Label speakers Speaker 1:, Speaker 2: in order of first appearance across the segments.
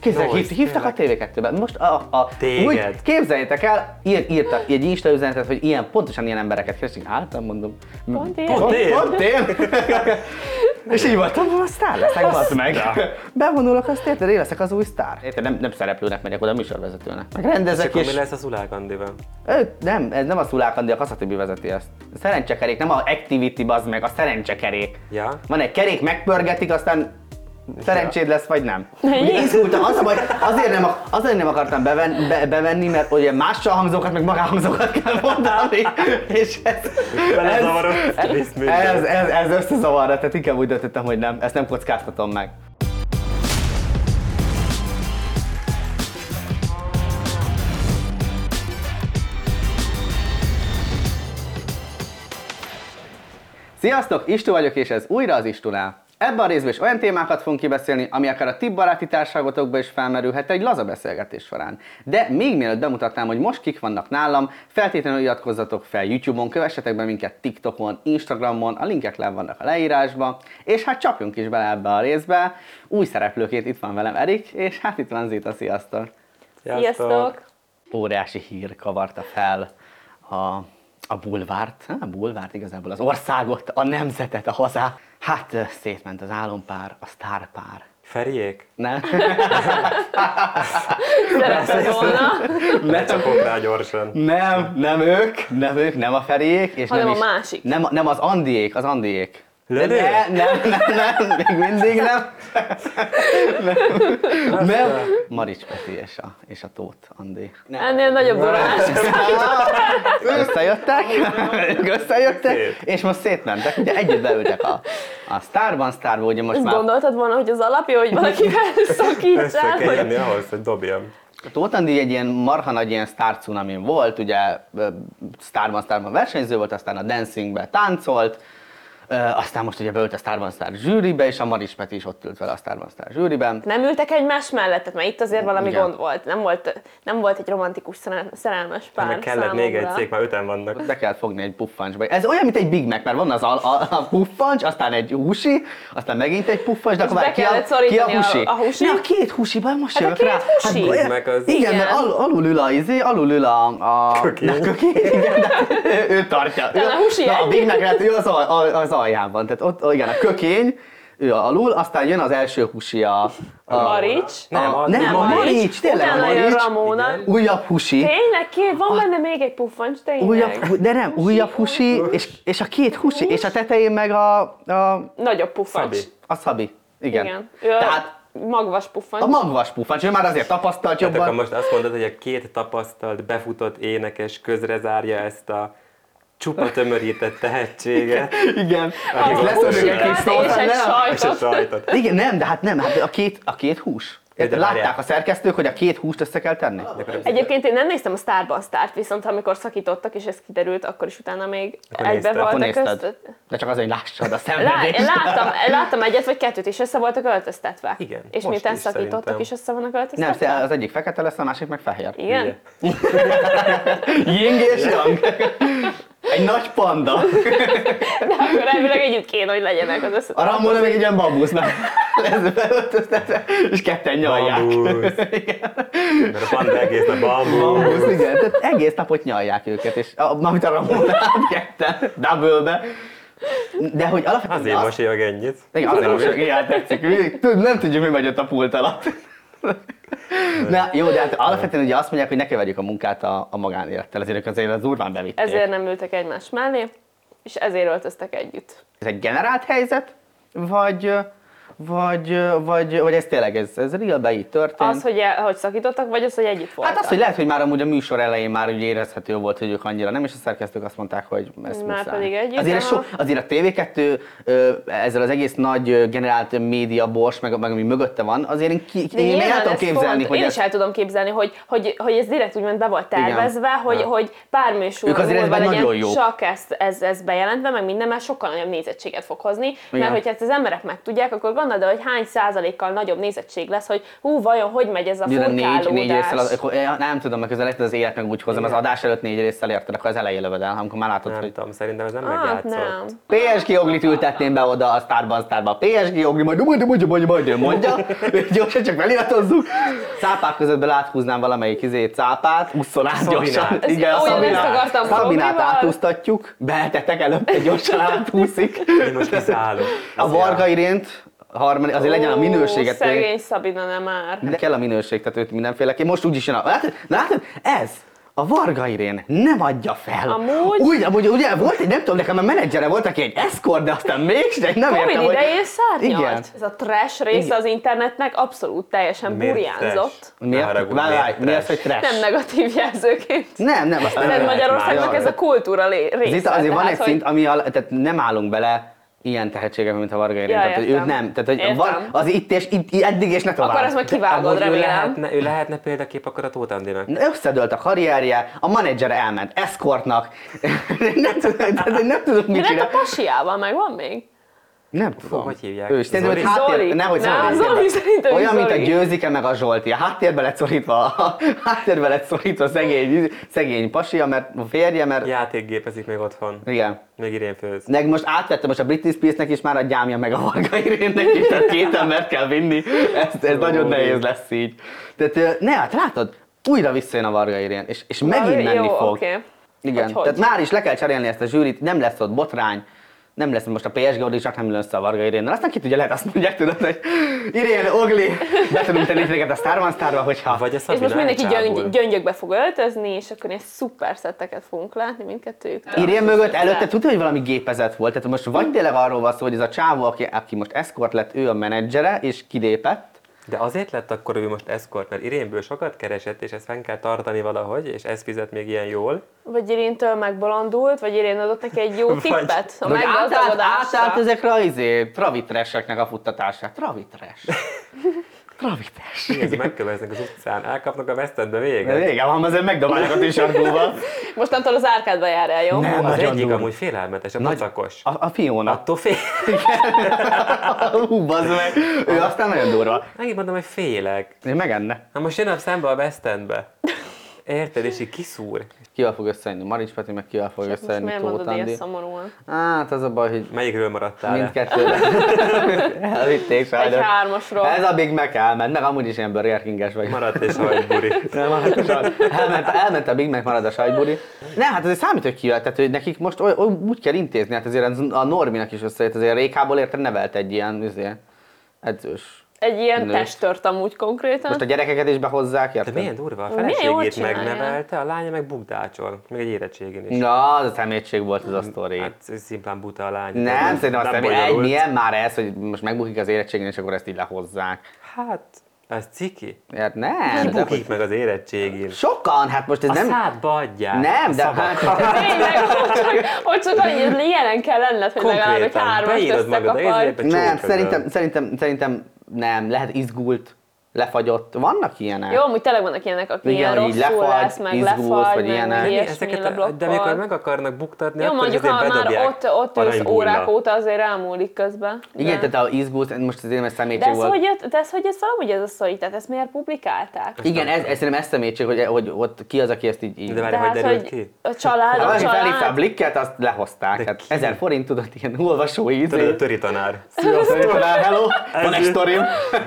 Speaker 1: Képzeljék,
Speaker 2: Joyce,
Speaker 1: hív, hívtak a TV2-ben. Most a, a
Speaker 2: Téged.
Speaker 1: Úgy, képzeljétek el, ír, írtak egy Insta üzenetet, hogy ilyen, pontosan ilyen embereket keresünk. Álltam, mondom.
Speaker 3: Pont én.
Speaker 2: Pont én.
Speaker 1: Pont én? És így voltam, hogy sztár leszek, bazd meg. Bevonulok, azt érted, én leszek az új sztár. Érted, nem, nem szereplőnek megyek oda, műsorvezetőnek. Meg rendezek
Speaker 2: Csak mi
Speaker 1: és...
Speaker 2: lesz az Ulák Andival?
Speaker 1: Ő, nem, ez nem a Szulák Andi, a Kaszatibi vezeti ezt. A szerencsekerék, nem a Activity, bazd meg, a szerencsekerék.
Speaker 2: Ja.
Speaker 1: Van egy kerék, megpörgetik, aztán szerencséd lesz, vagy nem. Ugye
Speaker 3: Igen.
Speaker 1: izgultam, az a baj, azért nem, ak- azért nem akartam beven, be, bevenni, mert ugye mással hangzókat, meg magánhangzókat kell mondani, és ez,
Speaker 2: Belezavarodsz,
Speaker 1: ez,
Speaker 2: Krisz, minden.
Speaker 1: ez, ez, ez összezavarra, tehát inkább úgy döntöttem, hogy nem, ezt nem kockáztatom meg. Sziasztok, Istu vagyok, és ez újra az Istunál. Ebben a részben is olyan témákat fogunk kibeszélni, ami akár a ti baráti társaságotokba is felmerülhet egy laza beszélgetés során. De még mielőtt bemutatnám, hogy most kik vannak nálam, feltétlenül iratkozzatok fel YouTube-on, kövessetek be minket TikTokon, Instagramon, a linkek le vannak a leírásban, és hát csapjunk is bele ebbe a részbe. Új szereplőként itt van velem Erik, és hát itt van Zita, sziasztok!
Speaker 3: Sziasztok!
Speaker 1: óriási hír kavarta fel a, a bulvárt, nem a bulvárt igazából, az országot, a nemzetet, a hazát. Hát ö, szétment az álompár, a sztárpár.
Speaker 2: Feriék?
Speaker 1: Nem?
Speaker 3: Szerettem volna,
Speaker 2: Ne csapok rá gyorsan.
Speaker 1: nem, nem ők, nem ők, nem a Feriék, és
Speaker 3: Hanem
Speaker 1: nem
Speaker 3: a
Speaker 1: is,
Speaker 3: másik.
Speaker 1: Nem, nem az Andiék, az Andiék. De
Speaker 2: Lövő?
Speaker 1: Ne, nem, nem, nem, még mindig nem. nem. nem. Marics Peti és a, és a Tóth Andi. Nem.
Speaker 3: ennél nagyobb durás.
Speaker 1: Összejöttek, ők összejöttek,
Speaker 2: Szép.
Speaker 1: és most szétmentek. Ugye együtt beültek a, a Starban, Starban ugye most
Speaker 3: Ezt
Speaker 1: már
Speaker 3: gondoltad volna, hogy az alapja, hogy valakivel
Speaker 2: Össze
Speaker 3: szakítsál,
Speaker 2: kell
Speaker 3: hogy
Speaker 2: jönni ahhoz, hogy dobjam.
Speaker 1: Tóth Andi egy ilyen marha nagy ilyen sztár cunamin volt, ugye ö, sztárban sztárban versenyző volt, aztán a dancingbe táncolt, ö, aztán most ugye beült a sztárban sztár zsűribe, és a Maris Peti is ott ült vele a sztárban sztár zsűriben.
Speaker 3: nem ültek egymás mellett, tehát már itt azért valami
Speaker 1: Igen.
Speaker 3: gond volt. Nem volt, nem volt egy romantikus szerel- szerelmes pár
Speaker 2: Ennek kellett még egy
Speaker 3: számomra.
Speaker 2: cég, már öten vannak.
Speaker 1: Be kell fogni egy puffancsba. Ez olyan, mint egy Big Mac, mert van az a, a, a puffancs, aztán egy húsi, aztán megint egy puffancs, de akkor
Speaker 3: be
Speaker 1: már ki a,
Speaker 3: kellett
Speaker 1: ki a
Speaker 3: szorítani a-
Speaker 1: húsi?
Speaker 3: a húsi?
Speaker 1: Ne, a két húsiban most
Speaker 3: Hát a
Speaker 1: jövök
Speaker 3: két
Speaker 1: rá.
Speaker 3: húsi.
Speaker 1: olyan-
Speaker 2: Big Mac az-
Speaker 1: Igen, mert
Speaker 3: Igen.
Speaker 1: al, alul ül a, izé, alul ül a... a
Speaker 2: Köki.
Speaker 1: Nem, köki, igen, de ő, ő tartja. Ő,
Speaker 3: Talán a húsi
Speaker 1: na, a
Speaker 3: egy.
Speaker 1: Big Mac lehet, ő az, al, al- az aljában. Tehát ott, ó, igen, a kökény, ő alul, aztán jön az első húsi a... a,
Speaker 3: Marics.
Speaker 2: Nem,
Speaker 1: a,
Speaker 2: az
Speaker 1: nem, a
Speaker 2: Marics.
Speaker 1: Marics, tényleg a
Speaker 3: Utána jön
Speaker 1: Marics. Ah.
Speaker 3: Ramona.
Speaker 1: Újabb húsi.
Speaker 3: Tényleg két, van benne még egy puffancs, tényleg.
Speaker 1: Újabb, de nem, újabb husi, és, és a két husi, és a tetején meg a, a,
Speaker 3: Nagyobb puffancs.
Speaker 2: Szabi.
Speaker 1: a szabi. Igen.
Speaker 3: Igen. Ő a
Speaker 1: Tehát
Speaker 3: magvas puffancs.
Speaker 1: a magvas puffancs, ő már azért tapasztalt
Speaker 2: Tehát akkor
Speaker 1: jobban.
Speaker 2: most azt mondod, hogy a két tapasztalt, befutott énekes közre zárja ezt a csupa tömörített tehetséget
Speaker 1: Igen.
Speaker 2: Akik
Speaker 1: Akik leszörög egy kis
Speaker 2: húsikat
Speaker 1: szót,
Speaker 3: és egy
Speaker 1: nem?
Speaker 2: és a sajtot.
Speaker 1: Igen, nem, de hát nem, hát a két, a két hús. Érted,
Speaker 2: várjál.
Speaker 1: látták a szerkesztők, hogy a két húst össze kell tenni?
Speaker 3: Egyébként én nem néztem a Starban Start, viszont amikor szakítottak és ez kiderült, akkor is utána még
Speaker 2: Akkor
Speaker 3: egybe
Speaker 2: nézted,
Speaker 1: Akkor
Speaker 3: voltak
Speaker 1: nézted.
Speaker 3: közt.
Speaker 1: De csak azért, hogy lássad a
Speaker 3: Lá-
Speaker 1: szenvedést.
Speaker 3: láttam, láttam egyet vagy kettőt, és össze voltak öltöztetve.
Speaker 2: Igen,
Speaker 3: És
Speaker 2: most
Speaker 3: miután
Speaker 2: is
Speaker 3: szakítottak,
Speaker 2: szerintem.
Speaker 3: is össze vannak
Speaker 1: Nem,
Speaker 3: öltöztetve?
Speaker 1: az egyik fekete lesz, a másik meg fehér.
Speaker 3: Igen?
Speaker 1: Ying és Yang. Egy nagy panda.
Speaker 3: De akkor elvileg együtt kéne, hogy legyenek az össze.
Speaker 1: A Ramona még egy ilyen bambusznak lesz beöltöztetve, és ketten nyalják.
Speaker 2: Bambusz. Mert a panda egész a bambusz.
Speaker 1: Bambusz, igen. Tehát egész napot nyalják őket, és a- mármint a Ramonát ketten, double De hogy alapvetően...
Speaker 2: Azért
Speaker 1: azt-
Speaker 2: mosolyog ennyit.
Speaker 1: Igen, azért most ilyen tetszik. Mi- tud- Nem tudjuk, mi megy ott a pult alatt. Na, jó, de hát alapvetően ugye azt mondják, hogy ne keverjük a munkát a, a magánélettel, ezért ők azért az urván bevitték.
Speaker 3: Ezért nem ültek egymás mellé, és ezért öltöztek együtt.
Speaker 1: Ez egy generált helyzet, vagy, vagy, vagy, vagy ez tényleg, ez, ez realbe így történt?
Speaker 3: Az, hogy, el, hogy szakítottak, vagy az, hogy együtt voltak.
Speaker 1: Hát az, hogy lehet, hogy már amúgy a műsor elején már ugye érezhető volt, hogy ők annyira nem, és a szerkesztők azt mondták, hogy ezt
Speaker 3: Már
Speaker 1: muszáj.
Speaker 3: pedig együtt,
Speaker 1: azért, ez
Speaker 3: aha.
Speaker 1: so, azért a TV2 ö, ezzel az egész nagy ö, generált média bors, meg, meg ami mögötte van, azért én, ki,
Speaker 3: De
Speaker 1: én még
Speaker 3: nyilván
Speaker 1: el tudom
Speaker 3: ez
Speaker 1: képzelni,
Speaker 3: font-
Speaker 1: hogy
Speaker 3: Én
Speaker 1: ez,
Speaker 3: is el tudom képzelni, hogy, hogy, hogy ez direkt úgymond be volt tervezve, hogy, hogy pár műsor
Speaker 1: Ők azért
Speaker 3: múlva
Speaker 1: ebben
Speaker 3: legyen
Speaker 1: nagyon jók.
Speaker 3: csak ez, ez, ez bejelentve, meg minden, mert sokkal nagyobb nézettséget fog hozni,
Speaker 1: Igen.
Speaker 3: mert hogyha ezt az emberek megtudják, akkor mondod, hogy hány százalékkal nagyobb nézettség lesz, hogy hú, vajon hogy megy ez a
Speaker 1: Nyilván négy, négy
Speaker 3: furkálódás.
Speaker 1: résszel, az, akkor, eh, nem tudom, meg közel az élet meg úgy hozom, az adás előtt négy résszel érted, akkor az elején lövöd el, amikor már látod,
Speaker 2: Nem
Speaker 1: hogy
Speaker 2: tudom, szerintem ez nem
Speaker 3: Hát
Speaker 1: szóval.
Speaker 2: megjátszott.
Speaker 3: nem.
Speaker 1: PSG joglit ültetném be oda a sztárba, a sztárba. PSG jogli, majd majd mondja, majd majd ő mondja, gyorsan csak feliratozzuk. Cápák között áthúznám valamelyik izé cápát, ússzon át
Speaker 2: Szabinát.
Speaker 1: gyorsan.
Speaker 2: Ezt
Speaker 1: Igen, a
Speaker 3: ugyanezt
Speaker 1: Szabinát.
Speaker 3: akartam
Speaker 1: Szabinát
Speaker 3: Zolival.
Speaker 1: áthúztatjuk, behetetek előtte, gyorsan áthúszik.
Speaker 2: Én most kiszállok.
Speaker 1: A Varga Irént, harmadik, azért legyen a
Speaker 3: Ó,
Speaker 1: minőséget.
Speaker 3: Szegény Szabina nem már.
Speaker 1: De kell a minőség, tehát őt mindenféleképp. Most úgyis jön a... Látod, látod? Ez! A Varga Irén nem adja fel.
Speaker 3: Amúgy?
Speaker 1: Úgy, amúgy, ugye volt egy, nem tudom, nekem a menedzsere volt, aki egy eszkort, de aztán mégse, egy nem
Speaker 3: Covid
Speaker 1: értem, hogy...
Speaker 3: idején szárnyalt.
Speaker 1: Igen.
Speaker 3: Ez a trash része
Speaker 1: Igen.
Speaker 3: az internetnek abszolút teljesen
Speaker 2: Miért
Speaker 3: burjánzott.
Speaker 2: trash? Ne
Speaker 1: Miért?
Speaker 2: haragudj,
Speaker 1: Várj, várj, mi az,
Speaker 2: trash?
Speaker 1: hogy trash?
Speaker 3: Nem negatív jelzőként.
Speaker 1: nem, nem, aztán
Speaker 3: Nem
Speaker 1: nem lehet
Speaker 3: Magyarországnak
Speaker 1: már.
Speaker 3: ez a kultúra lé- része.
Speaker 1: Az itt azért van
Speaker 3: tehát,
Speaker 1: egy
Speaker 3: hogy-
Speaker 1: szint, ami al, tehát nem állunk bele ilyen tehetségek, mint a Varga Irén.
Speaker 3: Ja,
Speaker 1: tehát, hogy őt
Speaker 3: értem.
Speaker 1: nem. Tehát, hogy
Speaker 3: Értem.
Speaker 1: van, az itt és itt, eddig és ne tovább.
Speaker 3: Akkor ezt majd kivágod,
Speaker 2: Amúgy ő
Speaker 3: remélem.
Speaker 2: lehetne, ő lehetne példakép akkor a Tóth Andinak.
Speaker 1: Összedőlt a karrierje, a menedzser elment escortnak, nem tudom, tehát nem tudok mit
Speaker 3: Mi lett hát a
Speaker 1: csinálni.
Speaker 3: pasiával? Megvan még?
Speaker 1: Nem tudom.
Speaker 2: hogy hívják?
Speaker 1: Ő is szerintem, hogy
Speaker 2: Zoli?
Speaker 1: háttér...
Speaker 3: Zoli?
Speaker 1: Nehogy
Speaker 3: Nem,
Speaker 1: Zoli.
Speaker 3: Zoli, szerintem
Speaker 1: Olyan, mint a
Speaker 3: Zoli.
Speaker 1: győzike meg a Zsolti. A háttérbe lett szorítva, a háttérbe lett szorítva szegény, szegény pasia, mert a férje, mert...
Speaker 2: Játékgépezik még otthon.
Speaker 1: Igen.
Speaker 2: Még idén főz.
Speaker 1: Meg most átvette most a Britney Spearsnek is már a gyámja meg a Varga Irénnek is, tehát két embert kell vinni, ez, ez
Speaker 2: Jó,
Speaker 1: nagyon
Speaker 2: Zoli.
Speaker 1: nehéz lesz így. Tehát ö, ne, hát látod, újra visszajön a Varga Irén, és, és megint menni
Speaker 3: Jó,
Speaker 1: fog.
Speaker 3: oké.
Speaker 1: Igen,
Speaker 3: Hogy, hogy?
Speaker 1: tehát már is le kell cserélni ezt a zsűrit, nem lesz ott botrány, nem lesz most a PSG Ogli, csak nem lesz a Varga Irénnel. Aztán ki tudja, lehet azt mondják, tudod, hogy Irén, Ogli, be tudunk tenni téged a Starman Starba, hogyha...
Speaker 2: Vagy a
Speaker 3: És
Speaker 2: Szabina
Speaker 3: most mindenki
Speaker 2: elcsábul.
Speaker 3: gyöngy, gyöngyökbe fog öltözni, és akkor ilyen szuper szetteket fogunk látni mindkettőjük.
Speaker 1: Irén mögött előtte tudod, hogy valami gépezet volt, tehát most vagy tényleg arról van szó, hogy ez a csávó, aki, aki most eszkort lett, ő a menedzsere, és kilépett,
Speaker 2: De azért lett akkor ő most eszkort, mert Irénből sokat keresett, és ezt fenn kell tartani valahogy, és ez fizet még ilyen jól.
Speaker 3: Vagy Iréntől megbolondult, vagy Irén adott neki egy jó
Speaker 2: Vagy-
Speaker 3: tippet a
Speaker 1: De hogy átállt, átállt
Speaker 3: meggazdagodásra.
Speaker 1: ezekre az izé, travitreseknek a futtatását. Travitres. Travitres.
Speaker 2: Ez megköveznek az utcán, elkapnak a vesztedbe véget.
Speaker 1: Régen van, azért megdobálják a tűsarkóval.
Speaker 3: Mostantól az árkádba jár el, jó?
Speaker 1: Nem.
Speaker 2: Az
Speaker 1: Nagyon
Speaker 2: egyik
Speaker 1: durva.
Speaker 2: amúgy félelmetes, a pocakos.
Speaker 1: A, a Fiona.
Speaker 2: Attól fél...
Speaker 1: Hú, bazd meg. Ő aztán nagyon durva.
Speaker 2: Megint mondom, hogy félek.
Speaker 1: Én megenne.
Speaker 2: Na most jön szembe a West Endbe. Érted? És így kiszúr.
Speaker 1: Kivel fog összejönni Marics Peti, meg kivel fog
Speaker 3: Most
Speaker 1: összejönni
Speaker 3: miért
Speaker 1: Tóth
Speaker 3: mondod ilyen
Speaker 1: Andi?
Speaker 3: szomorúan?
Speaker 1: Hát az a baj, hogy
Speaker 2: Melyikről maradtál le?
Speaker 1: mindkettő. Elvitték sajnos.
Speaker 3: Egy hármasról.
Speaker 1: Ez a Big Mac elment, meg amúgy is ilyen Burger King-es vagy.
Speaker 2: Maradt és hajburi.
Speaker 1: Nem, hát a sajt- elment, elment a Big Mac, marad a sajtburi. Ne, hát azért számít, hogy kijött, tehát hogy nekik most oly, oly, úgy kell intézni, hát azért ez a Norminak is összejött, azért Rékából érted nevelt egy ilyen izé, edzős.
Speaker 3: Egy ilyen
Speaker 1: Nő.
Speaker 3: testtört amúgy konkrétan.
Speaker 1: Most a gyerekeket is behozzák,
Speaker 2: De
Speaker 1: érted?
Speaker 2: milyen durva, a
Speaker 3: Milyen jól
Speaker 2: feleségét
Speaker 3: csinálja.
Speaker 2: megnevelte, a lánya meg bukdácsol, meg egy érettségén is.
Speaker 1: Na, az a szemétség volt az a sztori.
Speaker 2: Hát ez szimplán buta a lány.
Speaker 1: nem, szerintem a személy, egy,
Speaker 2: bonyolult.
Speaker 1: milyen már ez, hogy most megbukik az érettségén, és akkor ezt így lehozzák.
Speaker 2: Hát, ez ciki.
Speaker 1: Hát nem, de,
Speaker 2: Bukik meg az érettségén.
Speaker 1: sokan, hát most ez
Speaker 2: A
Speaker 1: nem...
Speaker 2: szádba adják.
Speaker 1: Nem, de hát...
Speaker 3: Tényleg, hogy csak, hogy csak annyi, ilyenen kell lenned, hogy legalább egy
Speaker 2: Konkrétan,
Speaker 3: hármast
Speaker 2: beírod magad a
Speaker 3: összekaparj.
Speaker 2: izébe,
Speaker 1: Nem,
Speaker 2: csókod.
Speaker 1: szerintem, szerintem, szerintem nem, lehet izgult, lefagyott. Vannak ilyenek.
Speaker 3: Jó, amúgy tényleg vannak ilyenek, akik
Speaker 1: Igen,
Speaker 3: ilyen
Speaker 1: hogy
Speaker 3: rosszul
Speaker 1: lefagy,
Speaker 3: lesz, meg
Speaker 1: izgulsz,
Speaker 3: lefagy,
Speaker 1: vagy
Speaker 3: meg
Speaker 1: ilyenek.
Speaker 3: ilyenek.
Speaker 1: Nem,
Speaker 2: Mi
Speaker 3: ilyesmi
Speaker 2: ezeket, de amikor meg akarnak buktatni,
Speaker 3: Jó,
Speaker 2: akkor
Speaker 3: mondjuk
Speaker 2: azért
Speaker 3: ha már
Speaker 2: bedobják
Speaker 3: ott, ott ülsz
Speaker 2: aranybulla.
Speaker 3: órák óta, azért elmúlik közben.
Speaker 1: Igen,
Speaker 3: de,
Speaker 1: tehát a izgult, most azért mert szemétség
Speaker 3: de ez,
Speaker 1: volt.
Speaker 3: hogy jött, de ez, hogy ez valahogy ez a sztori, tehát ezt miért publikálták?
Speaker 1: Igen, ez, ez, szerintem ez szemétség, hogy, hogy ott ki az, aki ezt így... így.
Speaker 2: De várj, hogy
Speaker 3: Tehát,
Speaker 2: derült
Speaker 3: hogy
Speaker 2: ki?
Speaker 3: a család,
Speaker 1: ha
Speaker 3: a
Speaker 1: valaki felhívta a
Speaker 3: család,
Speaker 1: blikket, azt lehozták.
Speaker 2: De
Speaker 1: Hát
Speaker 2: ki?
Speaker 1: ezer forint tudod, ilyen olvasói izé.
Speaker 2: Törő- Töri tanár.
Speaker 1: Sziasztok, hello, van egy
Speaker 2: Ez-
Speaker 1: sztorim.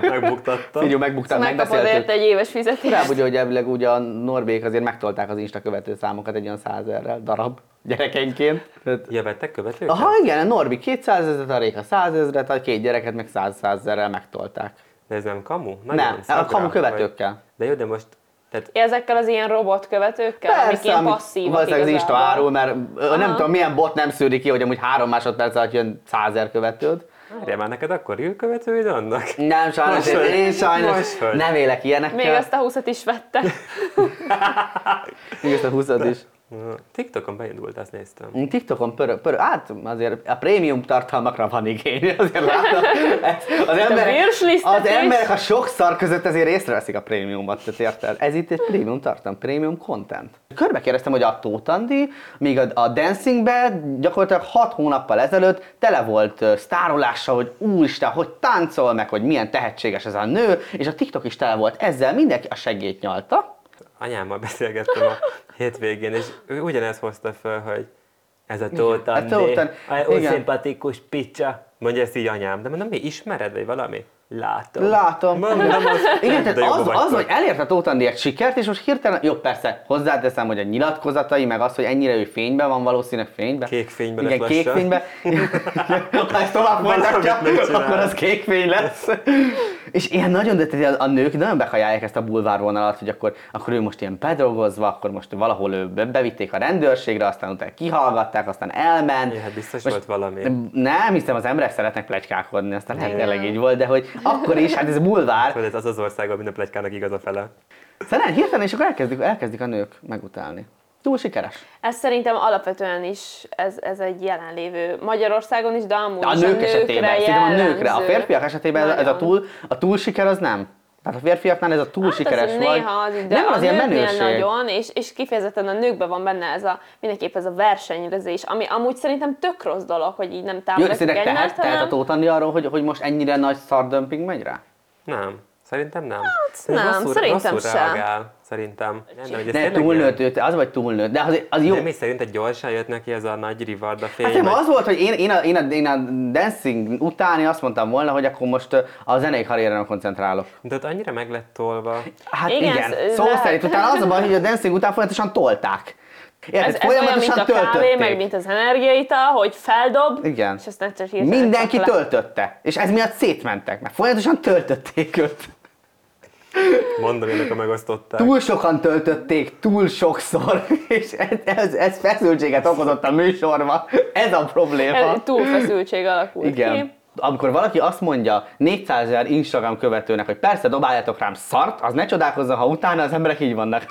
Speaker 2: Megbuktatta.
Speaker 1: Figyú, megbuktam,
Speaker 3: megkapod
Speaker 1: megbeszéltük.
Speaker 3: érte egy éves
Speaker 1: Inkább
Speaker 3: fizetést.
Speaker 1: ugye, hogy elvileg ugye a Norbék azért megtolták az Insta követő számokat egy olyan százerrel darab gyerekenként. Tehát
Speaker 2: Ja, vettek követőket?
Speaker 1: Aha, igen, a Norbi 200 ezeret, a Réka 100 ezeret, a két gyereket meg 100 ezerrel megtolták.
Speaker 2: De ez nem kamu? Nagyon
Speaker 1: Nem, a
Speaker 2: szabra,
Speaker 1: kamu
Speaker 2: vagy-
Speaker 1: követőkkel.
Speaker 2: De jó, de most, tehát
Speaker 3: Ezekkel az ilyen robot követőkkel, amik ilyen
Speaker 1: amit
Speaker 3: passzívak
Speaker 1: valószínűleg az Insta
Speaker 3: igazából.
Speaker 1: árul, mert Aha. nem tudom, milyen bot nem szűri ki, hogy amúgy három másodperc alatt jön 100 ezer követőd.
Speaker 2: várjál már neked akkor jön követőid annak?
Speaker 1: Nem, sajnos,
Speaker 2: Most
Speaker 1: én,
Speaker 2: hogy?
Speaker 1: én sajnos
Speaker 2: Most hogy?
Speaker 1: nem élek
Speaker 3: Még
Speaker 1: ilyenekkel.
Speaker 3: azt a 20-at is vette.
Speaker 1: Még ezt a 20 is.
Speaker 2: TikTokon beindult, azt néztem.
Speaker 1: Én TikTokon pörög, pörög, hát azért a prémium tartalmakra van igény, azért látom. Az emberek,
Speaker 3: virslisztet
Speaker 1: az
Speaker 3: is.
Speaker 1: emberek a sok szar között azért észreveszik a prémiumot, tehát érted? Ez itt egy prémium tartalom, prémium content. Körbe kérdeztem, hogy a Tóth Andi, míg a, a Dancingbe gyakorlatilag 6 hónappal ezelőtt tele volt ö, sztárolással, hogy úristen, hogy táncol, meg hogy milyen tehetséges ez a nő, és a TikTok is tele volt ezzel, mindenki a segét nyalta.
Speaker 2: Anyámmal beszélgettem a hétvégén, és ő ugyanezt hozta föl, hogy ez a Tóth
Speaker 1: a
Speaker 2: Andi,
Speaker 1: Tóth Andi-
Speaker 2: a
Speaker 1: igen.
Speaker 2: unszimpatikus picsa. Mondja ezt így anyám, de mondom, mi ismered, vagy valami? Látom.
Speaker 1: Látom.
Speaker 2: Mondom, az,
Speaker 1: Igen, tehát
Speaker 2: de jobban
Speaker 1: az,
Speaker 2: vagy
Speaker 1: az,
Speaker 2: te.
Speaker 1: hogy elért a Tóth Andi egy sikert, és most hirtelen, jó persze, hozzáteszem, hogy a nyilatkozatai, meg az, hogy ennyire ő fényben van, valószínűleg fényben.
Speaker 2: Kék fényben
Speaker 1: Igen,
Speaker 2: lett
Speaker 1: kék
Speaker 2: lassan.
Speaker 1: fényben. ha ezt tovább
Speaker 2: Valamit
Speaker 1: folytatja,
Speaker 2: megcsinál.
Speaker 1: akkor az kék fény lesz. és ilyen nagyon, de tehát a nők nagyon bekajálják ezt a bulvárvonalat, hogy akkor, akkor ő most ilyen bedolgozva, akkor most valahol ő be- bevitték a rendőrségre, aztán utána kihallgatták, aztán elment.
Speaker 2: Ja, hát biztos
Speaker 1: Most
Speaker 2: volt valami.
Speaker 1: Nem, hiszem az emberek szeretnek plegykálkodni, aztán lehet
Speaker 3: Igen.
Speaker 1: tényleg így volt, de hogy akkor is, hát ez bulvár,
Speaker 2: Tudod, ez az az ország, ahol minden plegykának igaz a fele.
Speaker 1: Szerintem hirtelen, és akkor elkezdik, elkezdik a nők megutálni. Túl sikeres.
Speaker 3: Ez szerintem alapvetően is ez, ez egy jelenlévő Magyarországon is, de amúgy
Speaker 1: De a
Speaker 3: is
Speaker 1: nők esetében, szerintem a nőkre. A
Speaker 3: jellemző.
Speaker 1: férfiak esetében ez, ez a,
Speaker 3: Nagyon.
Speaker 1: túl, a túl siker az nem. Tehát a férfiaknál ez a túl
Speaker 3: Hát
Speaker 1: sikeres
Speaker 3: azért
Speaker 1: vagy.
Speaker 3: Néha az, így, de
Speaker 1: nem
Speaker 3: a
Speaker 1: az ilyen
Speaker 3: nőknél
Speaker 1: menőség.
Speaker 3: nagyon, és, és kifejezetten a nőkben van benne ez a, mindenképp ez a versenyrezés, ami amúgy szerintem tök rossz dolog, hogy így nem
Speaker 1: Jó,
Speaker 3: támogatjuk
Speaker 1: szerintek tehet,
Speaker 3: egymást,
Speaker 1: tehet a
Speaker 3: hanem
Speaker 1: Tóth Andi arról, hogy, hogy most ennyire nagy szardömping megy rá?
Speaker 2: Nem. Szerintem nem. Hát,
Speaker 3: nem, szerintem
Speaker 2: rosszul
Speaker 3: sem.
Speaker 2: reagál, szerintem. Nem, nem, hogy ez
Speaker 1: De
Speaker 2: tényleg
Speaker 1: túlnőtt
Speaker 2: ilyen-
Speaker 1: őt, az vagy túlnőtt, de az, az jó.
Speaker 2: De mi szerinted gyorsan jött neki ez a nagy rivarda fény?
Speaker 1: Hát nem,
Speaker 2: vagy-
Speaker 1: az volt, hogy én, én, a, én, a, én a dancing utáni azt mondtam volna, hogy akkor most ö, a zenei karrierem koncentrálok.
Speaker 2: De ott annyira meg lett tolva.
Speaker 1: Hát igen,
Speaker 3: Igen,
Speaker 1: igen.
Speaker 3: ez-
Speaker 1: szó
Speaker 3: lehet.
Speaker 1: szerint utána az a baj, hogy a dancing után folyamatosan tolták. Érted,
Speaker 3: ez, ez olyan, mint a
Speaker 1: folyamatosan
Speaker 3: kávé, meg
Speaker 1: töltötték.
Speaker 3: mint az energiaital, hogy feldob,
Speaker 1: Igen.
Speaker 3: és aztán csak hirtelen
Speaker 1: Mindenki
Speaker 3: csap le.
Speaker 1: töltötte, és ez miatt szétmentek, mert folyamatosan töltötték őt.
Speaker 2: Mondom, ennek a megosztották.
Speaker 1: Túl sokan töltötték, túl sokszor, és ez, ez, ez feszültséget okozott a műsorba. Ez a probléma.
Speaker 3: Ez túlfeszültség alakult
Speaker 1: Igen.
Speaker 3: ki.
Speaker 1: Amikor valaki azt mondja 400 ezer Instagram követőnek, hogy persze dobáljátok rám szart, az ne csodálkozzon, ha utána az emberek így vannak.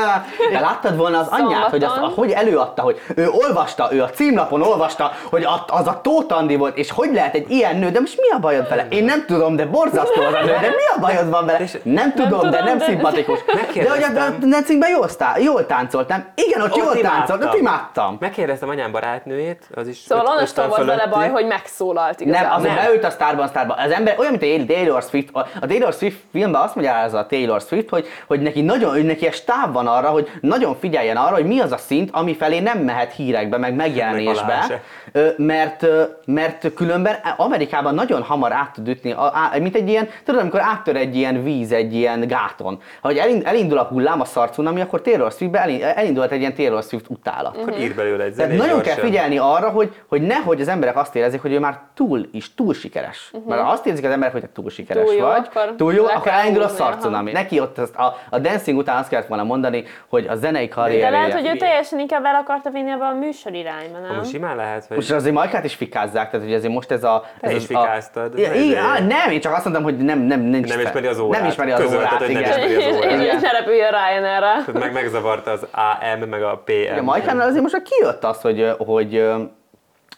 Speaker 1: De láttad volna az anyját, hogy, azt,
Speaker 3: Szombaton.
Speaker 1: hogy előadta, hogy ő olvasta, ő a címlapon olvasta, hogy a- az a Tóth Andi volt, és hogy lehet egy ilyen nő, de most mi a bajod vele? Én nem tudom, de borzasztó az a nő, de mi a bajod van vele?
Speaker 2: És-
Speaker 1: Nem tudom, de
Speaker 3: tudom,
Speaker 1: nem
Speaker 3: de-
Speaker 1: szimpatikus. De hogy a
Speaker 2: Megkérdeztem.
Speaker 1: dancingben jól, sztá- jól táncoltam. Igen, ott, jól táncoltam, ott imádtam.
Speaker 2: Megkérdeztem anyám barátnőjét, az is
Speaker 3: Szóval
Speaker 2: öt-
Speaker 3: onnastól
Speaker 2: ötven
Speaker 3: volt vele
Speaker 2: fölötti.
Speaker 3: baj, hogy megszólalt
Speaker 1: Nem,
Speaker 3: igazából.
Speaker 1: az
Speaker 2: Nem.
Speaker 1: beült a sztárban, sztárban. Az ember olyan, mint a Taylor Swift. A a Taylor Swift filmben azt mondja ez a Taylor Swift, hogy, hogy neki nagyon, ő neki egy stáb van arra, hogy nagyon figyeljen arra, hogy mi az a szint, ami felé nem mehet hírekbe, meg
Speaker 2: Meg alá
Speaker 1: megjelenésbe.
Speaker 2: se.
Speaker 1: Ö, Mert, ö, mert különben Amerikában nagyon hamar át tud ütni, a- á- mint egy ilyen, tudod, amikor áttör egy ilyen víz, egy ilyen gáton. Ha elindul a hullám, a szarcunami, akkor Taylor Swiftbe elin- elindult egy ilyen Taylor Swift utálat.
Speaker 2: Akkor ír belőle egy
Speaker 1: Tehát
Speaker 2: zenét
Speaker 1: nagyon kell
Speaker 2: gyorsan.
Speaker 1: figyelni arra, hogy, hogy nehogy az emberek azt érezzék, hogy ő már túl is, túl sikeres. Uh-huh. Mert ha azt érzik az emberek, hogy te túl sikeres
Speaker 3: Mhm. Túl jó,
Speaker 1: vagy,
Speaker 3: akkor
Speaker 1: túl jó,
Speaker 3: le
Speaker 1: akkor
Speaker 3: kell
Speaker 1: elindul a
Speaker 3: húzni, aha.
Speaker 1: szarcunami. Neki ott azt a, a dancing után azt kellett volna mondani, hogy a zenei
Speaker 3: De
Speaker 1: karrierje.
Speaker 3: lehet, hogy ő teljesen inkább el akarta vinni ebbe a műsor irányba, nem?
Speaker 2: Most simán lehet, hogy...
Speaker 1: Most azért Majkát is fikázzák, tehát hogy azért most ez a...
Speaker 2: Te
Speaker 1: ez
Speaker 2: is
Speaker 1: az
Speaker 2: fikáztad.
Speaker 1: A... Ja,
Speaker 2: Ez
Speaker 1: igen, á,
Speaker 2: egy-
Speaker 1: nem, én csak azt mondtam, hogy nem, nem, nincs
Speaker 2: Nem
Speaker 1: fel.
Speaker 2: ismeri az órát.
Speaker 1: Nem ismeri az
Speaker 2: Közölted,
Speaker 1: órát,
Speaker 2: hogy nem
Speaker 1: igen.
Speaker 2: ismeri
Speaker 3: és,
Speaker 2: az órát.
Speaker 3: és, és ne repüljön Ryanair-re.
Speaker 2: Meg megzavarta az AM, meg a PM.
Speaker 1: A Majkánál azért most már kijött az, hogy, hogy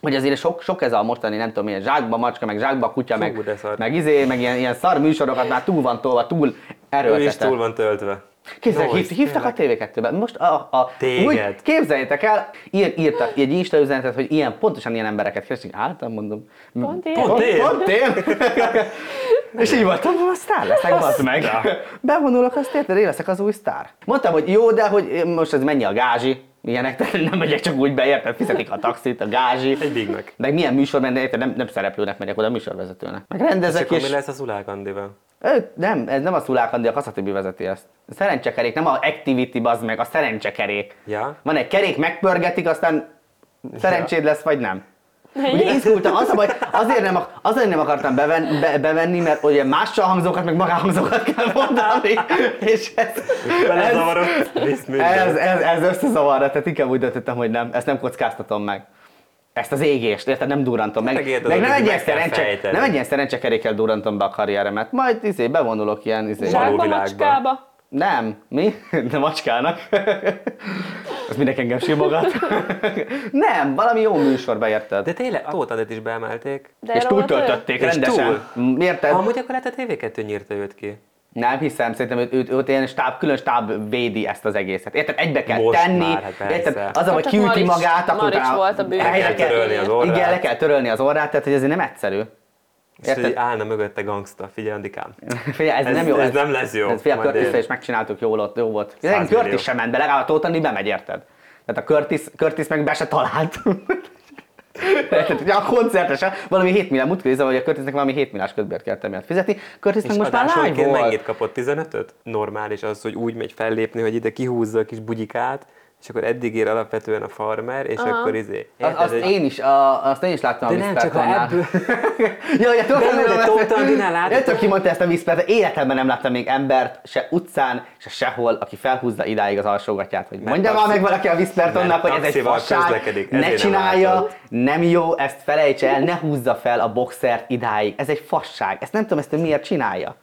Speaker 1: hogy azért sok, sok ez a mostani, nem tudom, ilyen zsákba macska, meg zsákba kutya,
Speaker 2: Fú,
Speaker 1: meg,
Speaker 2: de szar.
Speaker 1: meg izé, meg ilyen, ilyen szar műsorokat már túl van tolva, túl
Speaker 2: Ő is túl
Speaker 1: erőltetett.
Speaker 2: van töltve.
Speaker 1: Képzeljétek,
Speaker 2: Jó,
Speaker 1: hív,
Speaker 2: ez
Speaker 1: hívtak a TV2-ben. Most a, a
Speaker 2: Téged.
Speaker 1: képzeljétek el, ír, írtak egy Insta üzenetet, hogy ilyen, pontosan ilyen embereket keresünk. Álltam, mondom.
Speaker 3: Pont én.
Speaker 2: Pont én.
Speaker 1: Pont én. És így voltam, a sztár leszek, bazd meg. Bevonulok, azt érted, én leszek az új sztár. Mondtam, hogy jó, de hogy most ez mennyi a gázsi, ilyenek, tehát nem megyek csak úgy be, érted, fizetik a taxit, a gázsi.
Speaker 2: Egy Big Mac.
Speaker 1: Meg milyen műsorban, de érted, nem, nem szereplőnek megyek oda, műsorvezetőnek. Meg rendezek
Speaker 2: És akkor
Speaker 1: és...
Speaker 2: mi lesz az Ulák Andival?
Speaker 1: Ő, nem, ez nem a Szulák Andi, a Kaszatibi vezeti ezt. A szerencsekerék, nem a Activity, bazd meg, a szerencsekerék.
Speaker 2: Ja.
Speaker 1: Van egy kerék, megpörgetik, aztán szerencséd lesz, vagy nem. Ugye izgultam, az a baj, azért nem, ak- azért nem akartam beven, be, bevenni, mert ugye mással hangzókat, meg magánhangzókat kell mondani, és ez,
Speaker 2: Belezavarod? Visz
Speaker 1: ez,
Speaker 2: mindent.
Speaker 1: ez, ez összezavarra, tehát inkább úgy döntöttem, hogy nem, ezt nem kockáztatom meg. Ezt az égést, érted, nem durrantom meg.
Speaker 2: Hát Meg
Speaker 1: Meg,
Speaker 2: érted,
Speaker 1: meg nem,
Speaker 2: hogy
Speaker 1: egy ilyen
Speaker 2: meg kell
Speaker 1: szerencse,
Speaker 2: fejteni.
Speaker 1: nem egy ilyen szerencsekerékkel durrantom be a karrieremet. Majd izé, bevonulok ilyen izé.
Speaker 2: Zsák-
Speaker 3: Zsákba
Speaker 2: Való világban.
Speaker 3: macskába.
Speaker 1: Nem, mi? De macskának. az minek engem simogat? Nem, valami jó műsorba érted.
Speaker 2: De tényleg, a Tóth Adit is beemelték.
Speaker 3: De
Speaker 1: és
Speaker 3: róla
Speaker 1: túltöltötték
Speaker 2: És
Speaker 1: rendesen. Mm,
Speaker 2: túl.
Speaker 1: Érted?
Speaker 2: Amúgy akkor lehet a TV2 nyírta őt ki.
Speaker 1: Nem hiszem, szerintem őt, őt, őt ilyen stáb, külön stáb védi ezt az egészet. Érted? Egybe kell
Speaker 2: Most
Speaker 1: tenni,
Speaker 2: már, hát persze.
Speaker 1: érted? Az, ahogy
Speaker 3: Csak
Speaker 1: kiüti
Speaker 3: Marics-
Speaker 1: magát, akkor
Speaker 3: Marics
Speaker 1: utána-
Speaker 3: volt a bűnös.
Speaker 1: Helyre
Speaker 3: Le kell törölni az
Speaker 2: orrát.
Speaker 1: Igen, le kell törölni az orrát, tehát hogy ez nem egyszerű.
Speaker 2: És
Speaker 1: Érted?
Speaker 2: hogy állna mögötte gangsta, figyelj Andikám.
Speaker 1: Figyelj, ez,
Speaker 2: Ez-
Speaker 1: nem jó.
Speaker 2: ez nem lesz jó.
Speaker 1: Ez figyelj,
Speaker 2: Majd
Speaker 1: Curtis
Speaker 2: én-
Speaker 1: is megcsináltuk, jó volt. Jó volt.
Speaker 2: 100
Speaker 1: Ezen Curtis
Speaker 2: millió.
Speaker 1: sem ment be, legalább a Tóth Andi bemegy, érted? Tehát a Curtis, Curtis meg be se talált. Tehát ugye a koncertesen valami 7 millió, múltkor nézem, hogy a Curtisnek valami 7 milliós kötbért kellett emiatt fizetni. Curtisnek
Speaker 2: És
Speaker 1: most már lány
Speaker 2: adásonként
Speaker 1: volt.
Speaker 2: mennyit kapott? 15-öt? Normális az, hogy úgy megy fellépni, hogy ide kihúzza a kis bugyikát, és akkor eddig ér alapvetően a farmer, és akkor izé.
Speaker 1: Az, azt,
Speaker 2: hogy-
Speaker 1: én is, a, azt én is láttam
Speaker 2: De
Speaker 1: a
Speaker 2: nem,
Speaker 1: Whisper
Speaker 2: csak ha
Speaker 1: Tannál.
Speaker 2: ebből-
Speaker 1: Jó, ugye Tóth
Speaker 2: De nem, de
Speaker 1: Andinál
Speaker 2: Tóth
Speaker 1: láttam.
Speaker 2: Andinál láttam.
Speaker 1: Nem tudom, ki mondta ezt a Whisper-t, életemben nem láttam még embert, se utcán, se sehol, aki felhúzza idáig az alsógatját, hogy mondja
Speaker 2: taxi-
Speaker 1: már meg valaki a Whisper
Speaker 2: mert
Speaker 1: annak, hogy ez egy
Speaker 2: taxival
Speaker 1: fasság,
Speaker 2: közlekedik, ezért
Speaker 1: ne
Speaker 2: nem
Speaker 1: csinálja,
Speaker 2: látod.
Speaker 1: nem jó, ezt felejts el, ne húzza fel a boxert idáig, ez egy fasság, ezt nem tudom, ezt ő miért csinálja.